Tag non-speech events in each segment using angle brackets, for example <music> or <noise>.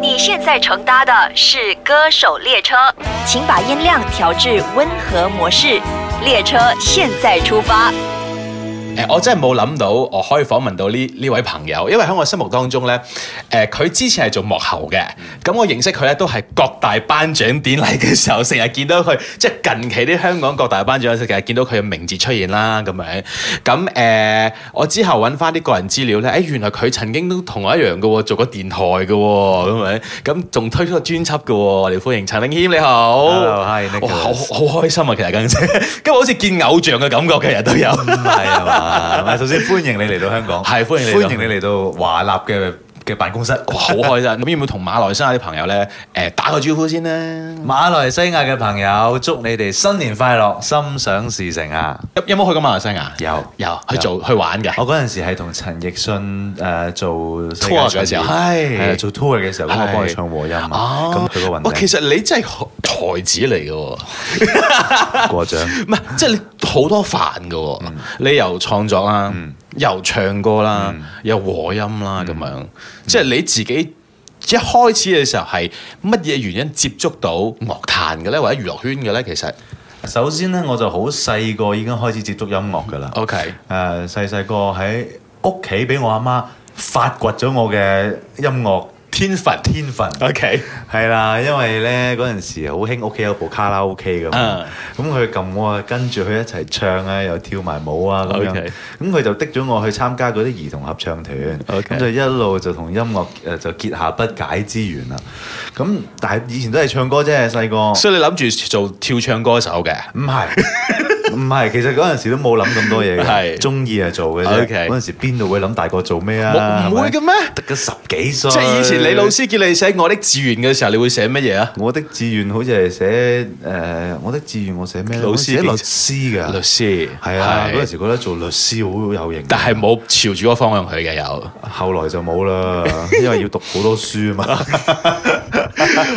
你现在乘搭的是歌手列车，请把音量调至温和模式。列车现在出发。誒，我真係冇諗到我可以訪問到呢呢位朋友，因為喺我心目當中咧，誒、佢之前係做幕後嘅，咁我認識佢咧都係各大頒獎典禮嘅時候，成日見到佢，即係近期啲香港各大頒獎成日見到佢嘅名字出現啦咁樣。咁誒、我之後揾翻啲個人資料咧，誒、原來佢曾經都同我一樣嘅喎，做過電台嘅喎，咁樣，咁仲推出個專輯嘅喎，我哋歡迎陳永軒，你好。 Hello，hi，Nicholas 哇好好開心啊，其實今日 <laughs> 今日好似見偶像嘅感覺，其實都有。係啊 <laughs> 嘛，首先歡迎你嚟到香港，係歡迎你嚟到歡迎你嚟到華納嘅嘅辦公室。哇好開心！ <laughs> 咁要唔要同馬來西亞啲朋友咧，誒、打個招呼先咧？馬來西亞嘅朋友，祝你哋新年快樂，心想事成啊！有有冇去過馬來西亞？有有去做去玩嘅。我嗰陣時係同陳奕迅誒、呃做 Tour 嘅時候係係係啊做 tour 嘅時候，咁我係幫佢唱和音啊，哦咁佢個哇，運其氣實你真係才子嚟嘅喎，過獎。唔係即係你好多飯嘅喎。你由創作啦，又唱歌啦，又和音啦咁樣，即係你自己。一開始嘅時候係乜嘢原因接觸到樂壇嘅咧，或者娛樂圈嘅咧？其實首先咧，我就好細個已經開始接觸音樂㗎啦。 ，OK，誒細細個喺屋企俾我阿媽發掘咗我嘅音樂天分天分。 ，OK，係啦，因為咧嗰陣時好興屋企有部卡拉 OK 咁嗯，咁佢撳我啊，跟住佢一齊唱啊，又跳埋舞啊咁 OK 樣，咁佢就滴咗我去參加嗰啲兒童合唱團， OK 咁就一路就同音樂誒就結下不解之緣啦。咁但係以前都係唱歌啫，細個。所以你諗住做跳唱歌手嘅。唔 <laughs> 係，唔係，其實嗰陣時都冇諗咁多嘢係嘅，中意就做嘅啫。 OK 嗰陣時邊度會諗大個做咩冇啊？唔會嘅係咪咩？得個十幾歲。即係以前你老師叫你寫我的志願嘅時候，你會寫乜嘢啊？我的志願好似係寫誒，我的志願我寫咩咧？老師我寫律師律㗎，師係啊，係嗰陣時覺得做律師好有型，啊但係冇朝住嗰個方向去嘅有。後來就 <laughs> 冇啦，因為要讀好多書啊嘛。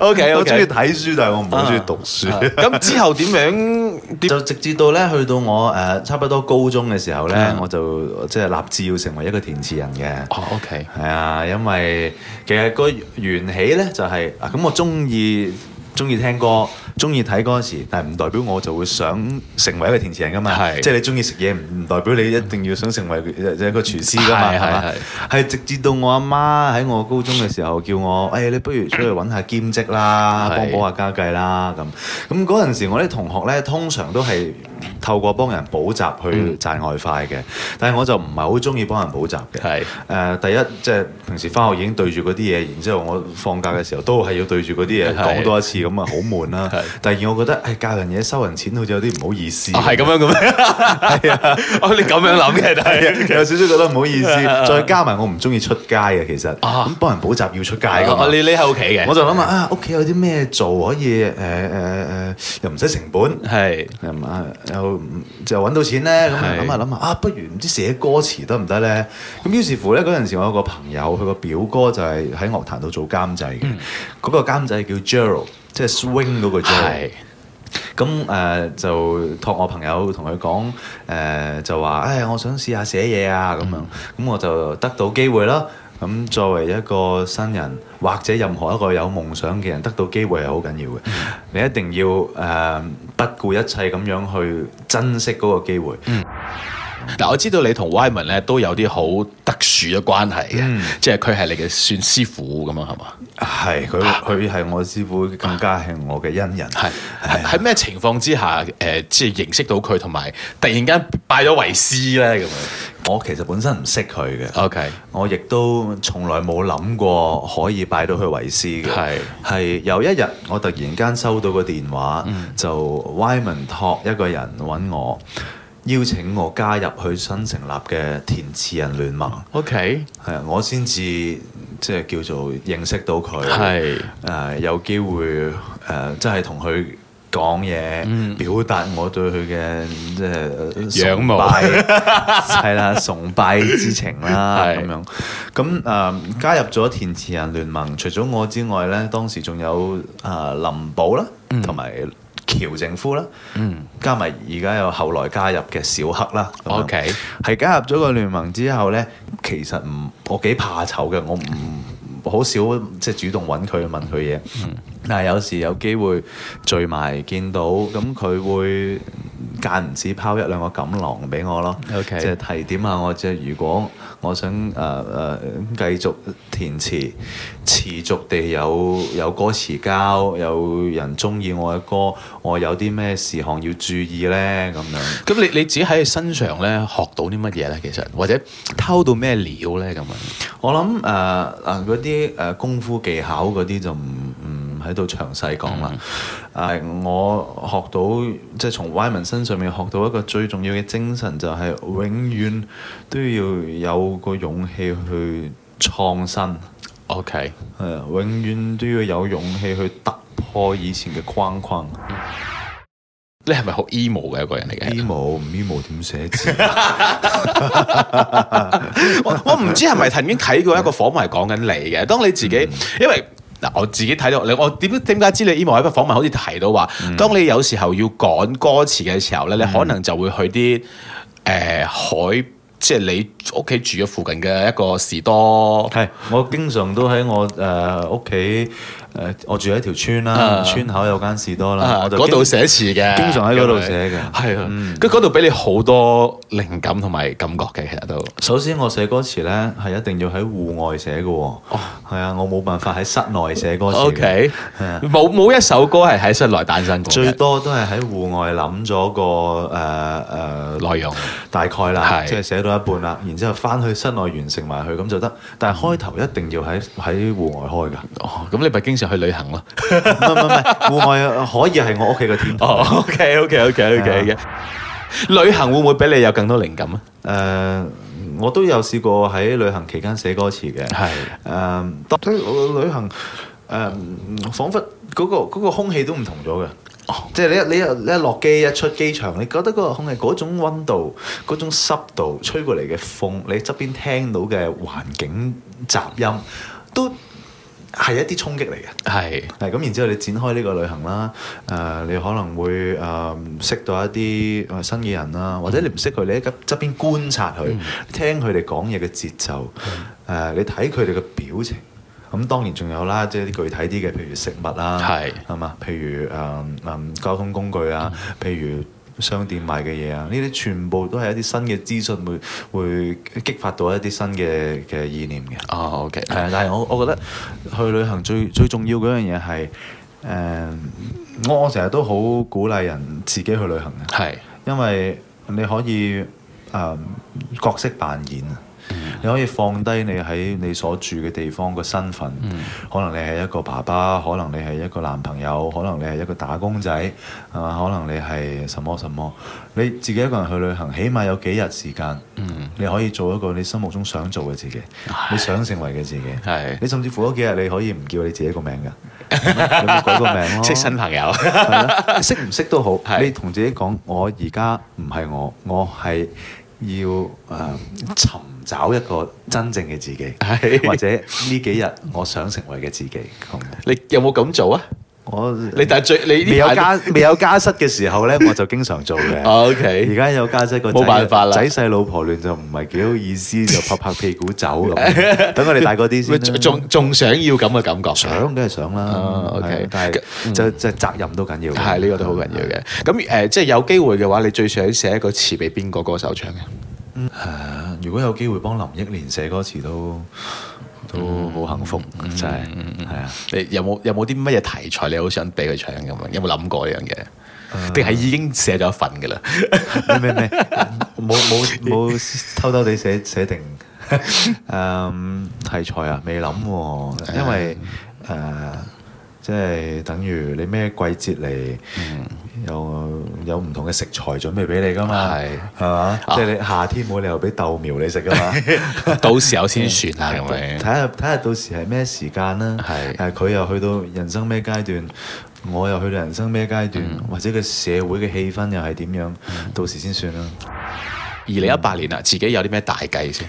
OK 我中意 OK。睇書，但係我唔好中意讀書。咁之後點樣？點 <laughs> 就直至到咧，去到我誒、呃差不多高中嘅時候咧，嗯我就即係立志要成為一個填詞人嘅。哦，OK，係啊，因為其實個緣起咧就係、啊，咁我中意中意聽歌，中意睇歌詞，但係唔代表我就會想成為一個填詞人噶嘛。係即係你中意食嘢，唔唔代表你一定要想成為一個廚師噶嘛。係係係嘛係係直至到我阿媽喺我高中嘅時候叫我，誒、你不如出去揾下兼職啦，係幫補下家計啦咁。咁嗰陣時我啲同學咧，通常都係透過幫人補習去嗯賺外快嘅，但係我就唔係好中意幫人補習嘅。係誒、呃第一即係平時翻學已經對住嗰啲嘢，然之後我放假嘅時候都係要對住嗰啲嘢係講多一次，咁啊好悶啦。第係二，我覺得誒教人嘢收人錢好似有啲唔好意思，哦係咁樣咁樣。係啊， <laughs> 哦你咁樣諗嘅，但係 <laughs> 啊有少少覺得唔好意思。 <laughs> 再加埋我唔中意出街嘅，其實啊咁幫人補習要出街啊㗎嘛哦。你你喺屋企嘅，我就諗下啊，屋企有啲咩做可以誒誒誒，又唔使成本。係又唔啊又唔就揾到錢咧，咁啊係諗下諗下啊，不如唔知寫歌詞得唔得咧？咁於是乎咧，嗰陣時我有個朋友，佢個表哥就係喺樂壇度做監製嘅，嗯嗰、個監製叫 Gerald，即係 swing 嗰個 Gerald 係。咁誒、呃就託我朋友同佢講誒，就話誒、哎我想試下寫嘢啊咁樣，咁、我就得到機會啦。咁作為一個新人或者任何一個有夢想嘅人，得到機會係好緊要嘅。你一定要誒、呃不顧一切咁樣去珍惜嗰個機會。嗱，我知道你同 Wyman 咧都有啲好特殊嘅關係嗯嘅，即係佢係你嘅算師傅咁啊，係嘛？係佢佢係我師傅，更加係我嘅恩人。係喺喺咩情況之下，誒、即係認識到佢，同埋突然間拜咗為師咧咁樣。我其實本身唔識佢嘅。 OK，我亦都從來冇諗過可以拜到佢為師嘅，係係有一日我突然間收到個電話，嗯就 Wyman 託一個人揾我，邀請我加入佢新成立嘅填詞人聯盟， OK，係啊，我先至即係叫做認識到佢，係誒、呃有機會誒、真係同佢講嘢，表達我對佢嘅即係嗯呃仰慕崇拜 <laughs> 係啦，崇拜之情啦係咁樣。咁誒、呃加入咗填詞嗯呃人聯盟，除咗我之外咧，當時仲有誒、林寶啦，同埋喬政夫啦，嗯，加埋而家有後來加入嘅小黑啦咁樣 OK 係加入咗個聯盟之後呢，其實唔我幾怕醜嘅，我唔好少即係主動揾佢問佢嘢。但係有時有機會聚埋見到，咁佢會間唔止拋一兩個錦囊俾我咯 OK 即係提點下我，即係如果我想誒誒、呃呃、繼續填詞，持續地有有歌詞交，有人中意我嘅歌，我有啲咩事項要注意呢？咁樣。咁你你自己喺佢身上咧學到啲乜嘢咧？其實或者偷到咩料咧咁樣？我諗誒誒嗰啲誒功夫技巧嗰啲就唔唔喺度詳細講嗯啦。誒、啊我學到即係從 Y 文身上面學到一個最重要嘅精神，就係永遠都要有個勇氣去創新。係 OK，啊永遠都要有勇氣去突破以前嘅框框。你係咪好 emo 嘅一個人嚟嘅？ emo 唔 emo 點 <laughs> 寫字？我我唔知係咪曾經睇過一個訪問係講緊你嘅。當你自己，嗯因為嗱我自己睇到你，我點點解知你 emo 喺個訪問好似提到話，嗯當你有時候要趕歌詞嘅時候咧，你可能就會去啲誒、呃海，即係你屋企住咗附近嘅一個士多。 <laughs> 係，我經常都喺我誒屋企誒，我住喺條村啦，啊村口有間士多啦，啊我就嗰度經寫詞嘅，經常喺嗰度寫嘅嗯係啊，佢嗰度俾你好多靈感同埋感覺嘅，其實都。首先我寫歌詞呢係一定要喺戶外寫嘅喎，係啊，我冇辦法喺室內寫歌詞 O 嘅 K，係啊冇冇一首歌係喺室內誕生過最嘅多都係喺戶外諗咗個誒誒內容。大概啦，係即係寫到一半啦，然之後翻去室內完成埋佢咁就得，但係開頭一定要喺喺戶外開㗎，哦，咁你咪經常去旅行咯。唔係唔係唔係，戶外可以係我屋企嘅天 <laughs> 堂。哦，O K O K O K O K 嘅。旅行會唔會俾你有更多靈感啊？誒、我都有試過喺旅行期間寫歌詞嘅。係誒、當我旅行誒、彷彿嗰個嗰個空氣都唔同咗嘅。即係你一你一你一落機一出機場，你覺得嗰個空氣嗰種温度、嗰種濕度、吹過嚟嘅風，你側邊聽到嘅環境雜音，都係一啲衝擊嚟嘅。係係咁，然之後你展開呢個旅行啦，誒、你可能會誒、識到一啲誒新嘅人啦，或者你唔識佢，你喺側側邊觀察佢，聽佢哋講嘢嘅節奏，誒、你睇佢哋嘅表情。咁當然仲有啦，即係啲具體啲嘅，譬如食物啦，係係嘛，譬如誒誒、交通工具啊，譬如商店賣嘅嘢啊，呢啲全部都係一啲新嘅資訊，會會激發到一啲新嘅嘅意念嘅。哦，O K。係啊，但係我我覺得去旅行最最重要嗰樣嘢係誒，我我成日都好鼓勵人自己去旅行嘅，係因為你可以誒、啊角色扮演啊。你可以放低你喺你所住嘅地方個身份，可能你係一個爸爸，可能你係一個男朋友，可能你係一個打工仔，係嘛？可能你係什麼什麼，你自己一個人去旅行，起碼有幾日時間，你可以做一個你心目中想做嘅自己，你想成為嘅自己。係 <laughs> 你甚至乎嗰幾日你可以唔叫你自己個名㗎，你咪改個 <laughs> 名咯。識新朋友。 <laughs> 係啦，識唔識都好，係你同自己講，我而家唔係我，我係要誒、呃、尋找一個真正嘅自己， <laughs> 係或者呢幾日我想成為嘅自 <laughs> 己。咁你有冇咁做啊？我你但係最你未呢有排家未有家室嘅時候呢，我就經常做 <laughs> 嘅。 O 而 K。家有家姐個仔冇辦法啦仔細老婆亂就唔係幾好意思，就拍拍屁股 <laughs> 走咁。等我哋大個啲先喂啦仲仲仲想要咁嘅感覺。想梗係想啦啊，OK 嗯係但係就就責任都緊要嘅，係呢個都好緊要嘅。咁誒、即係有機會嘅話，你最想寫一個詞俾邊個歌手唱嘅？誒啊如果有機會幫林憶蓮寫歌詞都嗯都好幸福，真係係啊！你有冇有冇啲乜嘢題材你好想俾佢唱咁樣？有冇諗過呢樣嘢？定係已經寫咗一份㗎啦？啊咩咩咩，冇冇 <laughs> 冇偷偷地寫寫定 <laughs> 誒題材啊？未諗喎，因為誒即係等於你咩季節嚟嗯有有唔同嘅食材準備俾你㗎嘛，係係嘛？啊即係你夏天冇理由俾豆苗你食㗎嘛。 <laughs> 到時候先算啦咁睇樣。下睇下到時係咩時間啦，係誒佢又去到人生咩階段，我又去到人生咩階段，嗯或者個社會嘅氣氛又係點樣，到時先算啦。二零一八年啦，自己有啲咩大計先？誒、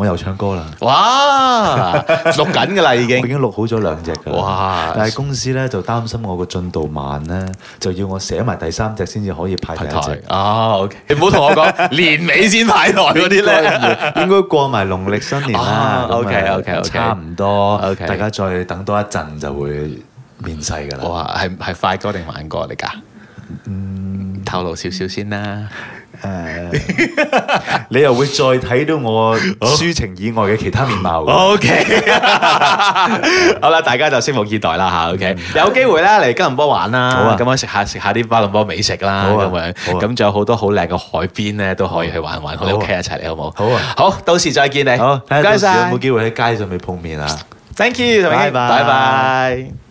我又唱歌啦。哇，錄緊㗎啦已我已經。經錄好咗兩隻㗎啦。哇但係公司咧就擔心我個進度慢咧，就要我寫埋第三隻先至可以派第排一台隻。啊，OK，你唔好同我講年尾先排台嗰啲咧。應該過埋農曆新年啦啊。，OK，OK，OK 差唔多。 OK 大家再等多一陣就會面世㗎啦。哇，係係快歌定慢歌嚟㗎？嗯，透露少少先啦。誒，呃你又會再睇到我哦抒情以外嘅其他面貌㗎。 O K，好啦，大家就拭目以待啦吓。O K，有機會咧嚟吉隆坡玩嗯好啊啦，咁樣食下食下啲巴倫坡美食啦，好啊咁樣好啊咁仲有好多好靚嘅海邊咧，都可以去玩玩。我哋好啊屋企一齊嚟好冇？好啊好，到時再見你。哦好，唔睇下到該時有晒冇機會喺街上面碰面啊！ ，Thank you，陳永拜興拜拜拜。